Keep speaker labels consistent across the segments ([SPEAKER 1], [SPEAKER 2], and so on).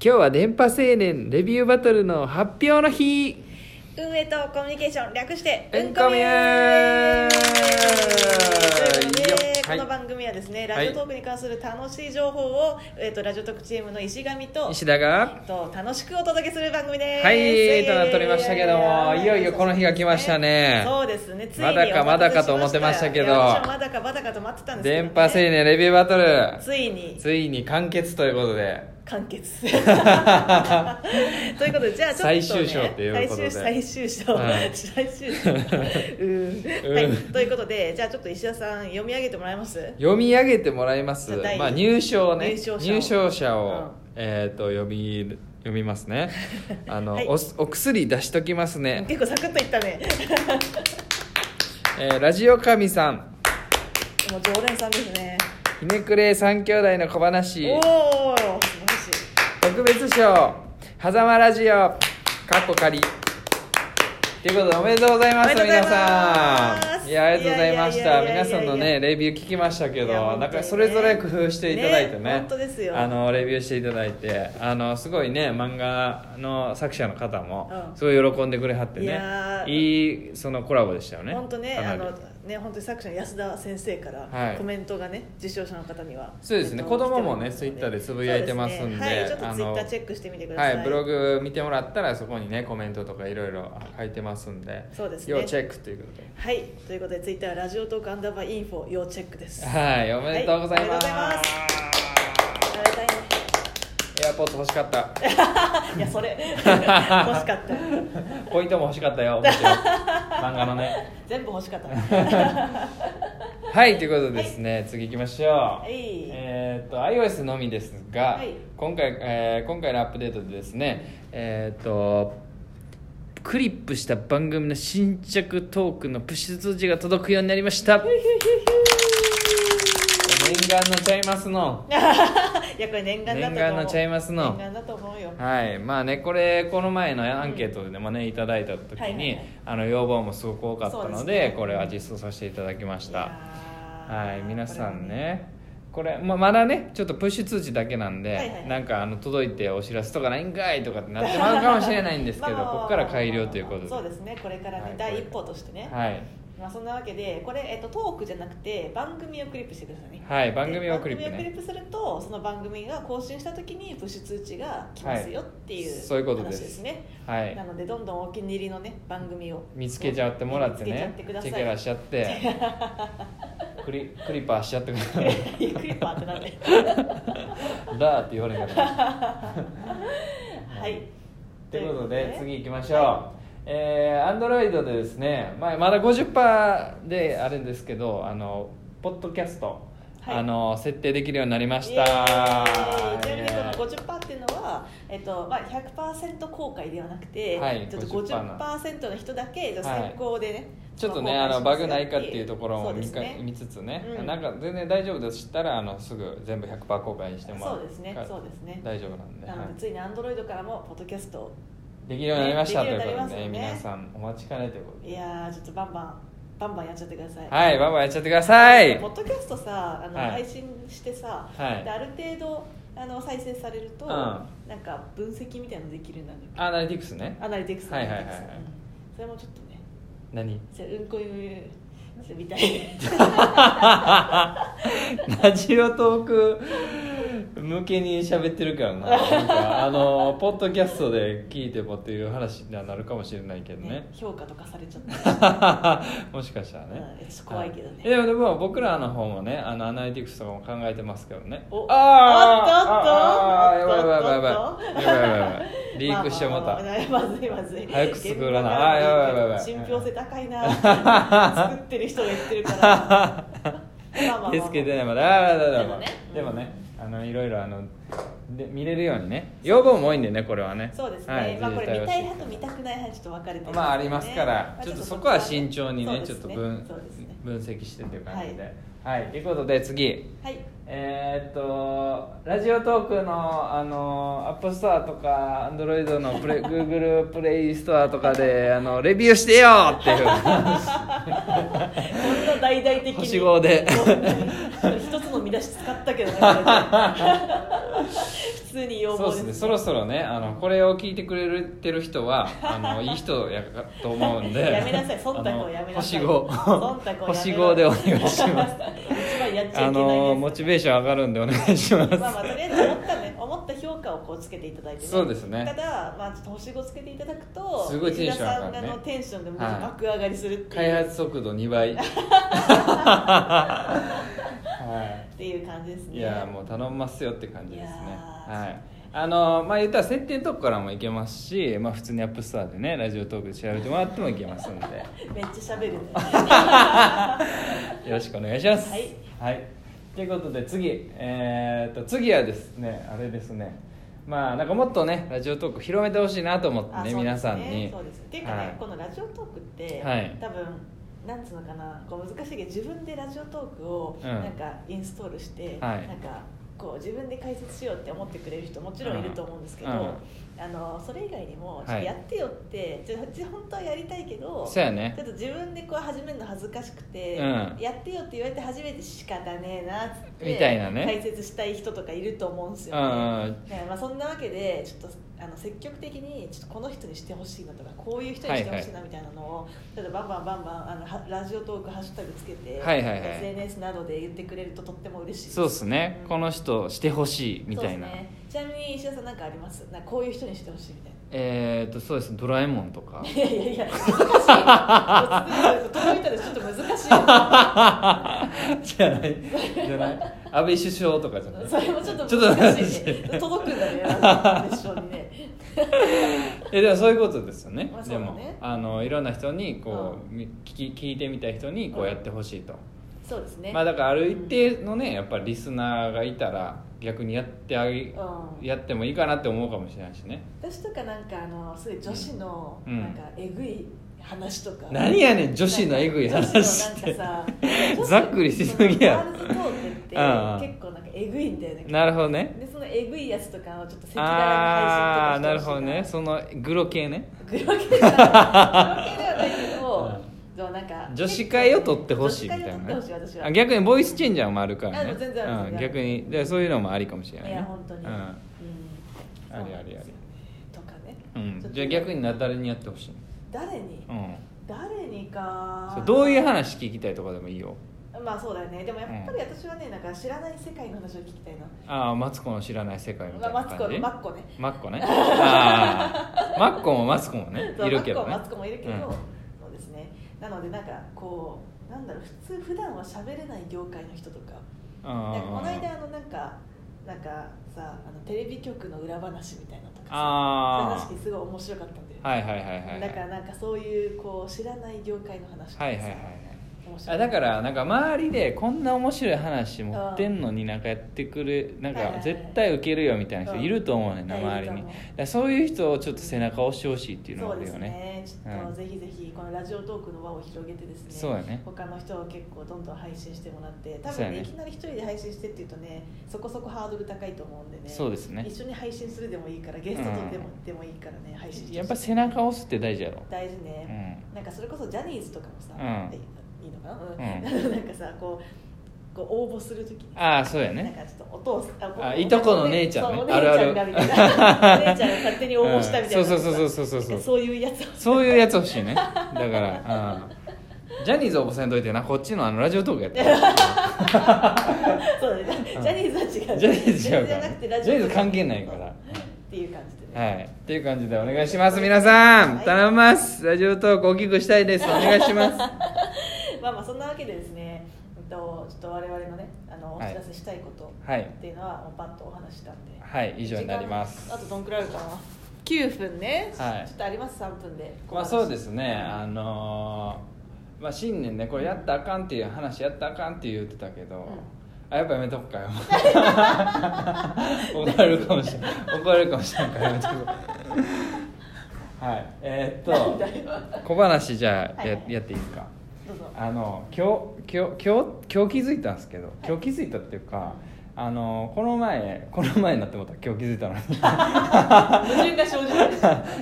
[SPEAKER 1] 今日は電波青年レビューバトルの発表の日
[SPEAKER 2] 運営とコミュニケーション略して
[SPEAKER 1] うん
[SPEAKER 2] 運
[SPEAKER 1] こ
[SPEAKER 2] コ
[SPEAKER 1] み
[SPEAKER 2] ミ
[SPEAKER 1] ゅ
[SPEAKER 2] ュ
[SPEAKER 1] ー
[SPEAKER 2] ということで
[SPEAKER 1] よっは
[SPEAKER 2] こ
[SPEAKER 1] い
[SPEAKER 2] の番組はですね、
[SPEAKER 1] はい
[SPEAKER 2] ラジオトークに関する楽しい情報を、えっとラジオトークチームの石上と
[SPEAKER 1] 石田が
[SPEAKER 2] えっと楽しくお届けする番組です
[SPEAKER 1] はいとなっておりましたけども
[SPEAKER 2] えー
[SPEAKER 1] いよいよこの日が来ましたね
[SPEAKER 2] そうですねついに
[SPEAKER 1] まだか
[SPEAKER 2] お待たせ
[SPEAKER 1] まだかと思ってましたけど
[SPEAKER 2] いや私もまだかまだかと待ってたんですけど、
[SPEAKER 1] 電波青年レビューバトル
[SPEAKER 2] ついに
[SPEAKER 1] ついに完結ということで
[SPEAKER 2] 完結ということでじゃあちょっと、ね、
[SPEAKER 1] 最終章ということで
[SPEAKER 2] 最終最終章、
[SPEAKER 1] はい
[SPEAKER 2] 最終章うーん、は
[SPEAKER 1] う
[SPEAKER 2] い
[SPEAKER 1] ん、
[SPEAKER 2] ということでじゃあちょっと石田さん読み上げてもらえます
[SPEAKER 1] 読み上げてもらいます
[SPEAKER 2] じゃあ第一
[SPEAKER 1] まあ入賞ね
[SPEAKER 2] 入賞者を
[SPEAKER 1] 者を
[SPEAKER 2] うん
[SPEAKER 1] えっ、と読み読みます ねあの、
[SPEAKER 2] はい
[SPEAKER 1] おすお薬出しときますね
[SPEAKER 2] 結構サクッといったね
[SPEAKER 1] えーラジオ神さん
[SPEAKER 2] もう常連さんですね
[SPEAKER 1] ひねくれ三兄弟の小話
[SPEAKER 2] おお素晴らしい
[SPEAKER 1] 特別賞狭間ラジオかっこ仮ということでおめでとうございます
[SPEAKER 2] おめでとうござ
[SPEAKER 1] 皆
[SPEAKER 2] います
[SPEAKER 1] さんいやありがとうございまし
[SPEAKER 2] いや
[SPEAKER 1] た
[SPEAKER 2] いやいやいや
[SPEAKER 1] 皆さんのねレビュー聞きましたけ
[SPEAKER 2] いや本当
[SPEAKER 1] ど
[SPEAKER 2] に
[SPEAKER 1] なんかそれぞれ工夫していただいてね
[SPEAKER 2] ね本当ですよ
[SPEAKER 1] あのレビューしていただいてあのすごいね漫画の作者の方も
[SPEAKER 2] うん
[SPEAKER 1] すごい喜んでくれはって
[SPEAKER 2] い
[SPEAKER 1] ね
[SPEAKER 2] やー
[SPEAKER 1] いいそのコラボでしたよね
[SPEAKER 2] 本当ね
[SPEAKER 1] かな
[SPEAKER 2] あ
[SPEAKER 1] り
[SPEAKER 2] のね本当に作者の安田先生か
[SPEAKER 1] は
[SPEAKER 2] ら
[SPEAKER 1] い
[SPEAKER 2] コメントがね、受賞者の方には
[SPEAKER 1] そうですね
[SPEAKER 2] えっと
[SPEAKER 1] 子供もね
[SPEAKER 2] 来てるん
[SPEAKER 1] Twitter でつぶやいてますんで
[SPEAKER 2] そうすねはいちょっ
[SPEAKER 1] あの
[SPEAKER 2] とツイッターチェックしてみてくださ、
[SPEAKER 1] はいい、ブログ見てもらったらそこにねコメントとかいろいろ書いてますんで
[SPEAKER 2] そうですね
[SPEAKER 1] 要チェックということで
[SPEAKER 2] はいということでツイッターラジオトークアンダーバーインフォ要チェックです
[SPEAKER 1] はいおめでとうございます,、
[SPEAKER 2] はいおめでとやりたいね
[SPEAKER 1] エアポッド欲しかった
[SPEAKER 2] いやそ れ欲しかった
[SPEAKER 1] ポイントも欲しかったよ もちろん漫画のね
[SPEAKER 2] 全部欲しかった
[SPEAKER 1] はいということでですね、次行きましょう、
[SPEAKER 2] い
[SPEAKER 1] えーっと iOS のみですが、
[SPEAKER 2] はい
[SPEAKER 1] 今回、えー今回のアップデートでですねえーっとクリップした番組の新着トークのプッシュ通知が届くようになりました念願のちゃいますの
[SPEAKER 2] いやこれ念願だ
[SPEAKER 1] 念
[SPEAKER 2] と思う
[SPEAKER 1] 願のちゃいますの
[SPEAKER 2] 念願だと思うよ
[SPEAKER 1] はいまあねこれこの前のアンケートでもね、いただいた時に、
[SPEAKER 2] はいはいはい
[SPEAKER 1] あの要望もすごく多かったの
[SPEAKER 2] そう
[SPEAKER 1] で
[SPEAKER 2] ですね
[SPEAKER 1] これは実装させていただきまし
[SPEAKER 2] い
[SPEAKER 1] た
[SPEAKER 2] やー
[SPEAKER 1] はい、皆さんね、これままだね、ちょっとプッシュ通知だけなんで、
[SPEAKER 2] はいはいはい
[SPEAKER 1] なんかあの届いてお知らせとかないんかいとかってなってまうかもしれないんですけ ど、
[SPEAKER 2] まあまあまあ
[SPEAKER 1] ここから改良ということで。
[SPEAKER 2] そうですねこれからね、
[SPEAKER 1] はい
[SPEAKER 2] 第一歩としてね、
[SPEAKER 1] はい、
[SPEAKER 2] まあそんなわけでこれ、えっと、トークじゃなくて番組をクリップしてくださいね
[SPEAKER 1] はい、番
[SPEAKER 2] で
[SPEAKER 1] 組をクリップ
[SPEAKER 2] 番組を
[SPEAKER 1] ね。
[SPEAKER 2] クリップするとその番組が更新した時にプッシュ通知が来ますよっていう、
[SPEAKER 1] はいそういうことです
[SPEAKER 2] 話ですね
[SPEAKER 1] はい
[SPEAKER 2] な、のでどんどんお気に入りのね番組を
[SPEAKER 1] 見つけちゃってもらってね、
[SPEAKER 2] 見つけちゃっ
[SPEAKER 1] チ
[SPEAKER 2] て
[SPEAKER 1] ェ
[SPEAKER 2] く
[SPEAKER 1] ケ
[SPEAKER 2] だ
[SPEAKER 1] ラ
[SPEAKER 2] さ
[SPEAKER 1] しちゃって、 クリクリッパーしちゃってくだ
[SPEAKER 2] いゆ っくりパーってなんで
[SPEAKER 1] だーって言われなかった。
[SPEAKER 2] はい
[SPEAKER 1] ということで次行きましょう、
[SPEAKER 2] は
[SPEAKER 1] えー、Android でですね、まあ、まだ50%であるんですけどあのポッドキャスト、
[SPEAKER 2] はい
[SPEAKER 1] あの設定できるようになりまし
[SPEAKER 2] イ
[SPEAKER 1] た
[SPEAKER 2] エーイちなみに
[SPEAKER 1] イ
[SPEAKER 2] こ
[SPEAKER 1] エーイ
[SPEAKER 2] の50%っていうのは、えっとまあ、100%公開ではなくて、
[SPEAKER 1] はい
[SPEAKER 2] ちょっと
[SPEAKER 1] 50%
[SPEAKER 2] 50%の人だけじゃあ
[SPEAKER 1] はい
[SPEAKER 2] 先行でね、
[SPEAKER 1] ちょっとね
[SPEAKER 2] ま
[SPEAKER 1] あ
[SPEAKER 2] 公開
[SPEAKER 1] の
[SPEAKER 2] しますよ
[SPEAKER 1] バグないかっていうところ
[SPEAKER 2] そ
[SPEAKER 1] も
[SPEAKER 2] うで
[SPEAKER 1] 見
[SPEAKER 2] す
[SPEAKER 1] か、
[SPEAKER 2] ね
[SPEAKER 1] 見つつね、
[SPEAKER 2] うん
[SPEAKER 1] なんか全然大丈夫でしたらあのすぐ全部100%公開にしても
[SPEAKER 2] そうですね
[SPEAKER 1] か
[SPEAKER 2] そうですね
[SPEAKER 1] 大丈夫なんで
[SPEAKER 2] な
[SPEAKER 1] は
[SPEAKER 2] ので
[SPEAKER 1] い
[SPEAKER 2] ついに Android からもポッドキャストを
[SPEAKER 1] できるようになりました、
[SPEAKER 2] ね
[SPEAKER 1] とい
[SPEAKER 2] で
[SPEAKER 1] う
[SPEAKER 2] き
[SPEAKER 1] こ
[SPEAKER 2] るように
[SPEAKER 1] と
[SPEAKER 2] なります
[SPEAKER 1] で
[SPEAKER 2] よ
[SPEAKER 1] ね
[SPEAKER 2] ね
[SPEAKER 1] 皆さんお待ちかねということで
[SPEAKER 2] いやーちょっとバンバンバンバンやっちゃってください
[SPEAKER 1] はいバンバンやっちゃってください
[SPEAKER 2] ポッドキャストさあの、
[SPEAKER 1] はい
[SPEAKER 2] 配信してさ、
[SPEAKER 1] はい
[SPEAKER 2] である程度あの再生されると、
[SPEAKER 1] うん
[SPEAKER 2] なんか分析みたいなのできるようになるんだっ
[SPEAKER 1] アナリティクスね
[SPEAKER 2] けアナリティクス
[SPEAKER 1] はいはいはい
[SPEAKER 2] アナ
[SPEAKER 1] はい
[SPEAKER 2] リティクスうんそれもちょっとね
[SPEAKER 1] 何
[SPEAKER 2] それうんこゆみたいな
[SPEAKER 1] ラジオトーク向けに喋ってるからななんかあのポッドキャストで聞いてもっていう話にはなるかもしれないけど ね
[SPEAKER 2] ね評価とかされちゃった
[SPEAKER 1] もしかしたらね
[SPEAKER 2] うんちょっと怖いけどね
[SPEAKER 1] はえでもでも僕らの方もねあのアナリティクスとかも考えてますけどね
[SPEAKER 2] お
[SPEAKER 1] あーあー
[SPEAKER 2] おっとっと
[SPEAKER 1] やばいやばい
[SPEAKER 2] おっとっと
[SPEAKER 1] やばいやばいやばいやばいやばいリークしても
[SPEAKER 2] ま
[SPEAKER 1] た
[SPEAKER 2] あまあまあまずいまずい
[SPEAKER 1] 早く作らな
[SPEAKER 2] 現場から
[SPEAKER 1] あーやばいやばいやばい
[SPEAKER 2] 信憑性高 いな作ってる人が言ってるからまあまあまあまあ
[SPEAKER 1] 手つけてないまだあーだだだ
[SPEAKER 2] でもね
[SPEAKER 1] でもねあのいろいろあので見れるようにね要望も多いんでねこれはね
[SPEAKER 2] そうですね、
[SPEAKER 1] はい
[SPEAKER 2] まあこれ見た
[SPEAKER 1] 自
[SPEAKER 2] い
[SPEAKER 1] 治体は
[SPEAKER 2] 派と見たくない派ちょっと分かれてるんで
[SPEAKER 1] まあありますから、
[SPEAKER 2] まあ
[SPEAKER 1] ちょっとそこは慎重にねち
[SPEAKER 2] そう
[SPEAKER 1] ょっ
[SPEAKER 2] です
[SPEAKER 1] と分
[SPEAKER 2] そうですね
[SPEAKER 1] 分析してっていう感じではい、ということで次
[SPEAKER 2] はい
[SPEAKER 1] えーっとラジオトークのあのアップストアとかアンドロイドのプレ Google プレイストアとかであのレビューしてよっていう
[SPEAKER 2] こんな大々的に
[SPEAKER 1] 星5で
[SPEAKER 2] 本当に一つの見出し使ったけどねこれね普通通に要
[SPEAKER 1] そう
[SPEAKER 2] 望
[SPEAKER 1] で
[SPEAKER 2] ですす
[SPEAKER 1] ねそろそろねあのこれを聞いてくれてる人はあ のいい人やかと思うんで
[SPEAKER 2] やめなさい忖度をやめなさい
[SPEAKER 1] あの
[SPEAKER 2] 忖度をやめなさい
[SPEAKER 1] 星5星5でお願いします
[SPEAKER 2] 一番やっちゃいけない
[SPEAKER 1] あ
[SPEAKER 2] です
[SPEAKER 1] のモチベーション上がるんでお願いします、
[SPEAKER 2] まあまあとりあえず思ったね思った評価をこうつけていただいて、
[SPEAKER 1] そうですね
[SPEAKER 2] ただまあちょっと星5つけていただくと
[SPEAKER 1] すごいテンション上がるね
[SPEAKER 2] 飯田さんのテンションがもう
[SPEAKER 1] はい
[SPEAKER 2] 爆上がりするっていう,、
[SPEAKER 1] 開
[SPEAKER 2] い、
[SPEAKER 1] 発速度2倍 は
[SPEAKER 2] っていう感じです
[SPEAKER 1] い
[SPEAKER 2] ね
[SPEAKER 1] いやもう頼みますよって感じですね
[SPEAKER 2] いやー
[SPEAKER 1] はいあのまあ言ったら設定のとこからもいけますし、まあ、普通にアップストアでねラジオトークで調べてもらってもいけますんで
[SPEAKER 2] めっちゃ喋るね
[SPEAKER 1] よろしくお願いします。
[SPEAKER 2] はい。
[SPEAKER 1] ということで次、えー、と次はですねあれですねまあなんかもっとねラジオトーク広めてほしいなと思って
[SPEAKER 2] あ
[SPEAKER 1] ね
[SPEAKER 2] そうです
[SPEAKER 1] 皆さんに
[SPEAKER 2] そうですっていうかね、
[SPEAKER 1] はい
[SPEAKER 2] このラジオトークって、
[SPEAKER 1] はい
[SPEAKER 2] 多分なんつうのかなこう難しいけど自分でラジオトークを
[SPEAKER 1] うん
[SPEAKER 2] なんかインストールして、
[SPEAKER 1] はい
[SPEAKER 2] なんかこう自分で解説しようって思ってくれる人もちろんいると思うんですけど、
[SPEAKER 1] うん
[SPEAKER 2] あのそれ以外にも
[SPEAKER 1] い
[SPEAKER 2] ちょっとやってよって、ちょちょ本当はやりたいけど
[SPEAKER 1] そうやね
[SPEAKER 2] ちょっと自分でこう始めるの恥ずかしくて、
[SPEAKER 1] うん
[SPEAKER 2] やってよって言われて初めて仕方ねえなっつって
[SPEAKER 1] みたいなね
[SPEAKER 2] 解説したい人とかいると思うんですよね、
[SPEAKER 1] うんうん
[SPEAKER 2] ねまあ、そんなわけでちょっとあの積極的にちょっとこの人にしてほしいなとかこういう人にしてほしいなみたいなのを、ちょっとバンバンバンバンあのはラジオトークハッシュタグつけて、
[SPEAKER 1] はいはいはい
[SPEAKER 2] SNS などで言ってくれるととっても嬉しいです
[SPEAKER 1] そうですね、
[SPEAKER 2] うん
[SPEAKER 1] この人してほしいみたいな、
[SPEAKER 2] そうですね、ちなみに石田さん何かありますなんかこういう人にしてほしいみたいな
[SPEAKER 1] えっ、とそうですねドラえもんと か
[SPEAKER 2] いやいやいや難しい届いたらちょっと難しいよ
[SPEAKER 1] じゃないじゃない安倍首相とかじゃない
[SPEAKER 2] それもちょっ
[SPEAKER 1] ちょ
[SPEAKER 2] と
[SPEAKER 1] っと
[SPEAKER 2] 難しいね届くんだねラジオトークの一緒にね
[SPEAKER 1] えでもそういうことですよね,、
[SPEAKER 2] まあそ
[SPEAKER 1] で
[SPEAKER 2] うだね
[SPEAKER 1] もあのいろんな人にこう、み聞き聞いてみた人にこうやってほしいと、
[SPEAKER 2] そうですね
[SPEAKER 1] まあだからある一定のねやっぱりリスナーがいたら逆にやってあげ、
[SPEAKER 2] うん
[SPEAKER 1] やってもいいかなって思うかもしれないしね
[SPEAKER 2] 私とかなんかあのすごい女子の
[SPEAKER 1] うん
[SPEAKER 2] なんかえぐい話とか、
[SPEAKER 1] 何やねん女子のえぐい話って
[SPEAKER 2] 女子のなんか さ
[SPEAKER 1] ざっくりしすぎや
[SPEAKER 2] ガールズトークって
[SPEAKER 1] うんうん
[SPEAKER 2] 結構なんかえぐいんだよね
[SPEAKER 1] なるほどね
[SPEAKER 2] でそのえぐいやつとかをちょっと赤
[SPEAKER 1] ああ
[SPEAKER 2] 裸
[SPEAKER 1] ー
[SPEAKER 2] 々
[SPEAKER 1] なる
[SPEAKER 2] に配信とかして
[SPEAKER 1] ほどねそのグロ系ね
[SPEAKER 2] グロ系じゃないグロ系ではないけ ど、でもなんか
[SPEAKER 1] 女子会を取ってほしいみたいな、ね
[SPEAKER 2] 女子会を取ってほしい私は
[SPEAKER 1] あ逆にボイスチェンジャーもあるから
[SPEAKER 2] あ
[SPEAKER 1] ね
[SPEAKER 2] 全然ある
[SPEAKER 1] う
[SPEAKER 2] 全
[SPEAKER 1] ん、
[SPEAKER 2] 然ある
[SPEAKER 1] 逆にでそういうのもありかもしれない、
[SPEAKER 2] い
[SPEAKER 1] ね、
[SPEAKER 2] や本当に、
[SPEAKER 1] うん、
[SPEAKER 2] うん
[SPEAKER 1] ありありあり
[SPEAKER 2] とかね、
[SPEAKER 1] うん、じゃあ逆にな誰にやってほしい、
[SPEAKER 2] 誰に、
[SPEAKER 1] うん、
[SPEAKER 2] 誰にか
[SPEAKER 1] そうどういう話聞きたいとかでもいいよ
[SPEAKER 2] まあそうだよねでもやっぱり私はねなんか知らない世界の話を聞きたいな、
[SPEAKER 1] ああマツコの知らない世界みたい
[SPEAKER 2] まあ
[SPEAKER 1] な
[SPEAKER 2] マツコ
[SPEAKER 1] 感じ
[SPEAKER 2] マッコね
[SPEAKER 1] マッコねああマッコもマツコもね
[SPEAKER 2] そう
[SPEAKER 1] いるけどね
[SPEAKER 2] マツコマツコもいるけど、
[SPEAKER 1] うん
[SPEAKER 2] そうですねなのでなんかこうなんだろう普通普段は喋れない業界の人とかなんかこの間あのなんかなんかさあのテレビ局の裏話みたいなのとか
[SPEAKER 1] あー
[SPEAKER 2] さそういう話すごい面白かったんで、
[SPEAKER 1] はいはいはいはい
[SPEAKER 2] だからなんかそういうこう知らない業界の話とかさ
[SPEAKER 1] はいはいはいはい
[SPEAKER 2] 面白
[SPEAKER 1] あ
[SPEAKER 2] い
[SPEAKER 1] だからなんか周りでこんな面白い話持ってんのになんかやってくるなん
[SPEAKER 2] はいはい
[SPEAKER 1] か
[SPEAKER 2] はい
[SPEAKER 1] 絶対ウケるよみたいな人いると思うねんな
[SPEAKER 2] うん
[SPEAKER 1] 周り
[SPEAKER 2] い
[SPEAKER 1] に
[SPEAKER 2] る
[SPEAKER 1] だ
[SPEAKER 2] と
[SPEAKER 1] か
[SPEAKER 2] 思う
[SPEAKER 1] らそういう人をちょっと背中を押してほしいっていうのがあるよね
[SPEAKER 2] そうですねちょっと
[SPEAKER 1] うん
[SPEAKER 2] ぜひぜひこのラジオトークの輪を広げてですね
[SPEAKER 1] そうやね
[SPEAKER 2] 他の人を結構どんどん配信してもらって多
[SPEAKER 1] そう
[SPEAKER 2] 分
[SPEAKER 1] や
[SPEAKER 2] ね
[SPEAKER 1] ね
[SPEAKER 2] いきなり一人で配信してっていうとねそこそこハードル高いと思うんでね
[SPEAKER 1] そうですね
[SPEAKER 2] 一緒に配信するでもいいからゲストとでも,、でもいいからね配信してほしい
[SPEAKER 1] やっぱ背中を押すって大事やろ
[SPEAKER 2] 大事ね、なんかそれこそジャニーズとかもさ、
[SPEAKER 1] うん
[SPEAKER 2] いいのかな、
[SPEAKER 1] う
[SPEAKER 2] なんかさこうこう応募するときに
[SPEAKER 1] ああそうや
[SPEAKER 2] なん
[SPEAKER 1] ね
[SPEAKER 2] かちょっとお父さん
[SPEAKER 1] あいとこの姉ちゃんね
[SPEAKER 2] そうお
[SPEAKER 1] あるある
[SPEAKER 2] 姉ちゃんがみたい なお姉ちゃんが勝手に応募したみたい
[SPEAKER 1] う
[SPEAKER 2] な、
[SPEAKER 1] んそうそうそうそうそうそう
[SPEAKER 2] なんかそういうやつ
[SPEAKER 1] そういうやつ欲しいねだから、うん、ジャニーズ応募せんといてなこっちのあのラジオトークやって
[SPEAKER 2] そうだねジャニーズは違う
[SPEAKER 1] ジャニーズ違うから
[SPEAKER 2] ジャニーズじゃなくてラ
[SPEAKER 1] ジ
[SPEAKER 2] ジオ
[SPEAKER 1] ャニーズ関係ないから
[SPEAKER 2] っていう感じでね、
[SPEAKER 1] はいっていう感じでお願いします皆さ
[SPEAKER 2] は
[SPEAKER 1] ん
[SPEAKER 2] い
[SPEAKER 1] 頼みますラジオトーク大きくしたいですお願いします
[SPEAKER 2] まあまあそんなわけでですねえっとちょっと我々のねあのお知らせしたいこと
[SPEAKER 1] はい
[SPEAKER 2] っていうのはもうパッとお話ししたんで
[SPEAKER 1] はい以上になります
[SPEAKER 2] 時間あとどんくらいあるかな9分ね、
[SPEAKER 1] はい
[SPEAKER 2] ちょっとあります3分で
[SPEAKER 1] まあそうですすねあのーまあ新年ねこれやったらあかんっていう話やったらあかんって言ってたけど、あやっぱやめとくかよ 怒られるかもしれない怒られるかもしれないからやめとくはいえー っと小話じゃあや,、
[SPEAKER 2] はい
[SPEAKER 1] やっていいですか
[SPEAKER 2] どうぞ
[SPEAKER 1] あの今日今日今日今日気づいたんですけど、今日気づいたっていうかあのこの前この前になってもった今日気づいたの に
[SPEAKER 2] 矛盾が生じ てる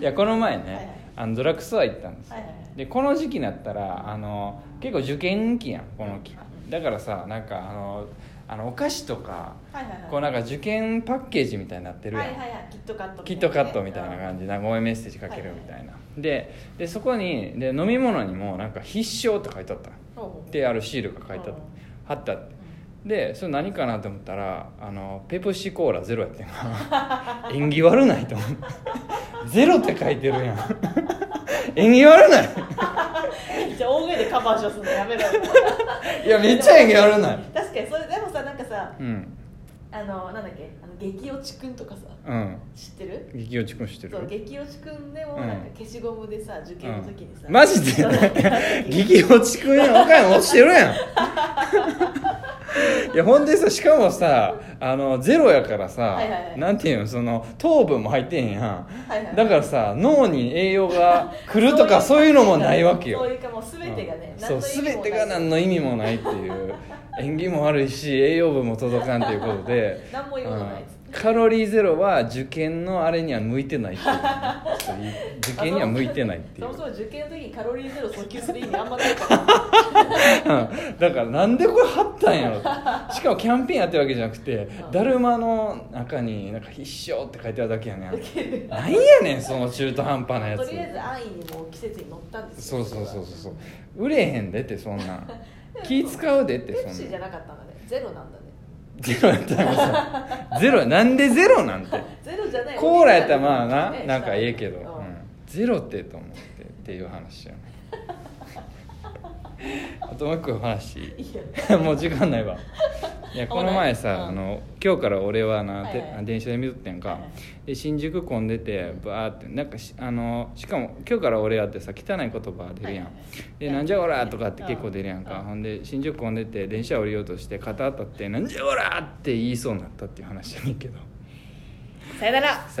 [SPEAKER 1] いやこの前ね、
[SPEAKER 2] はいはい
[SPEAKER 1] あのドラッグストア行ったんですよ、
[SPEAKER 2] はいはいはい
[SPEAKER 1] でこの時期になったらあの結構受験期やんこの期
[SPEAKER 2] う
[SPEAKER 1] だからさなんかあのあのお菓子とか
[SPEAKER 2] はいはいはい
[SPEAKER 1] こうなんか受験パッケージみたいになってるやん、
[SPEAKER 2] はいはいはいキットカット
[SPEAKER 1] キットカットみたいな感
[SPEAKER 2] じ
[SPEAKER 1] じなんか応援メッセージかけるみたいな、ででそこにで飲み物にもなんか「必勝」って書いてあったであるシールが書いてあっ
[SPEAKER 2] うん
[SPEAKER 1] 貼ってあってでそれ何かなと思ったらあのペプシコーラゼロやってんな 縁起悪ないと思ってゼロって書いてるやん縁起悪ない
[SPEAKER 2] じゃあ大声でカバーしようするのやめろよ
[SPEAKER 1] いやめっちゃ縁起悪ない
[SPEAKER 2] 確かにそれでもさなんかさ
[SPEAKER 1] うん
[SPEAKER 2] あのなんだっけあの激落ちくんとかさ
[SPEAKER 1] うん
[SPEAKER 2] 知ってる
[SPEAKER 1] 激落ちくん知ってる
[SPEAKER 2] そう激落ちくんでも
[SPEAKER 1] うん
[SPEAKER 2] なんか消しゴムでさ受験の時にさ、
[SPEAKER 1] うんマジ
[SPEAKER 2] そうなんか
[SPEAKER 1] で 激落ちくんやん岡山落ちてるや んいやほんでさしかもさあのゼロやからさ、
[SPEAKER 2] はいはいはい
[SPEAKER 1] なんていうのその糖分も入ってへんやん
[SPEAKER 2] はいはい
[SPEAKER 1] だからさ脳に栄養が来るとかそういうのもないわけよ
[SPEAKER 2] そういうかもう全てがね、
[SPEAKER 1] うん
[SPEAKER 2] 何
[SPEAKER 1] そ
[SPEAKER 2] の
[SPEAKER 1] う
[SPEAKER 2] 意味もない
[SPEAKER 1] 全てが何の意味もないっていう縁起も悪いし栄養分も届かんっていうことで
[SPEAKER 2] 何も言わないです
[SPEAKER 1] うんカロリーゼロは受験のあれには向いてないっていうそうい受験には向いてないってい
[SPEAKER 2] そうもそも受験の時にカロリーゼロ訴求する意味あんまないから
[SPEAKER 1] うんだからなんでこれ貼ったんやろ ってしかもキャンペーンやってるわけじゃなくて
[SPEAKER 2] うん
[SPEAKER 1] だるまの中になんか必勝って書いてあるだけやねん
[SPEAKER 2] 受け る
[SPEAKER 1] なんやねんその中途半端 なや
[SPEAKER 2] と
[SPEAKER 1] つ
[SPEAKER 2] りあえず安易にもう季節に乗ったんです
[SPEAKER 1] そ
[SPEAKER 2] よ
[SPEAKER 1] うそうそうそうそう売れへんでってそん なん気使うでって
[SPEAKER 2] ペプ
[SPEAKER 1] そ
[SPEAKER 2] シ
[SPEAKER 1] ん
[SPEAKER 2] じ
[SPEAKER 1] な
[SPEAKER 2] ゃなかったんだねゼロなんだね
[SPEAKER 1] ゼロやったらさゼロなんでゼロなん て
[SPEAKER 2] ゼロじゃない
[SPEAKER 1] コーラやったらまあな、
[SPEAKER 2] ね
[SPEAKER 1] なんかええけど、
[SPEAKER 2] う
[SPEAKER 1] うんんゼロってと思ってっていう話よね あともう一個話いい
[SPEAKER 2] いいよ
[SPEAKER 1] もう時間ないわいや
[SPEAKER 2] も
[SPEAKER 1] こ
[SPEAKER 2] うない
[SPEAKER 1] の前さ、
[SPEAKER 2] うん
[SPEAKER 1] あの今日から俺はな、
[SPEAKER 2] はいはい
[SPEAKER 1] で電車で見とってんか、
[SPEAKER 2] はいはい
[SPEAKER 1] で新宿混んでてバーってなんかしあのしかも今日から俺やってさ汚い言葉出るやん、
[SPEAKER 2] はいはいはい
[SPEAKER 1] で「なんじゃおら!」とかって結構出るやんか、
[SPEAKER 2] うん
[SPEAKER 1] ほんで新宿混んでて電車降りようとして肩当たって「なんじゃおら!」って言いそうになったっていう話じゃねえけど
[SPEAKER 2] さよなら
[SPEAKER 1] さよ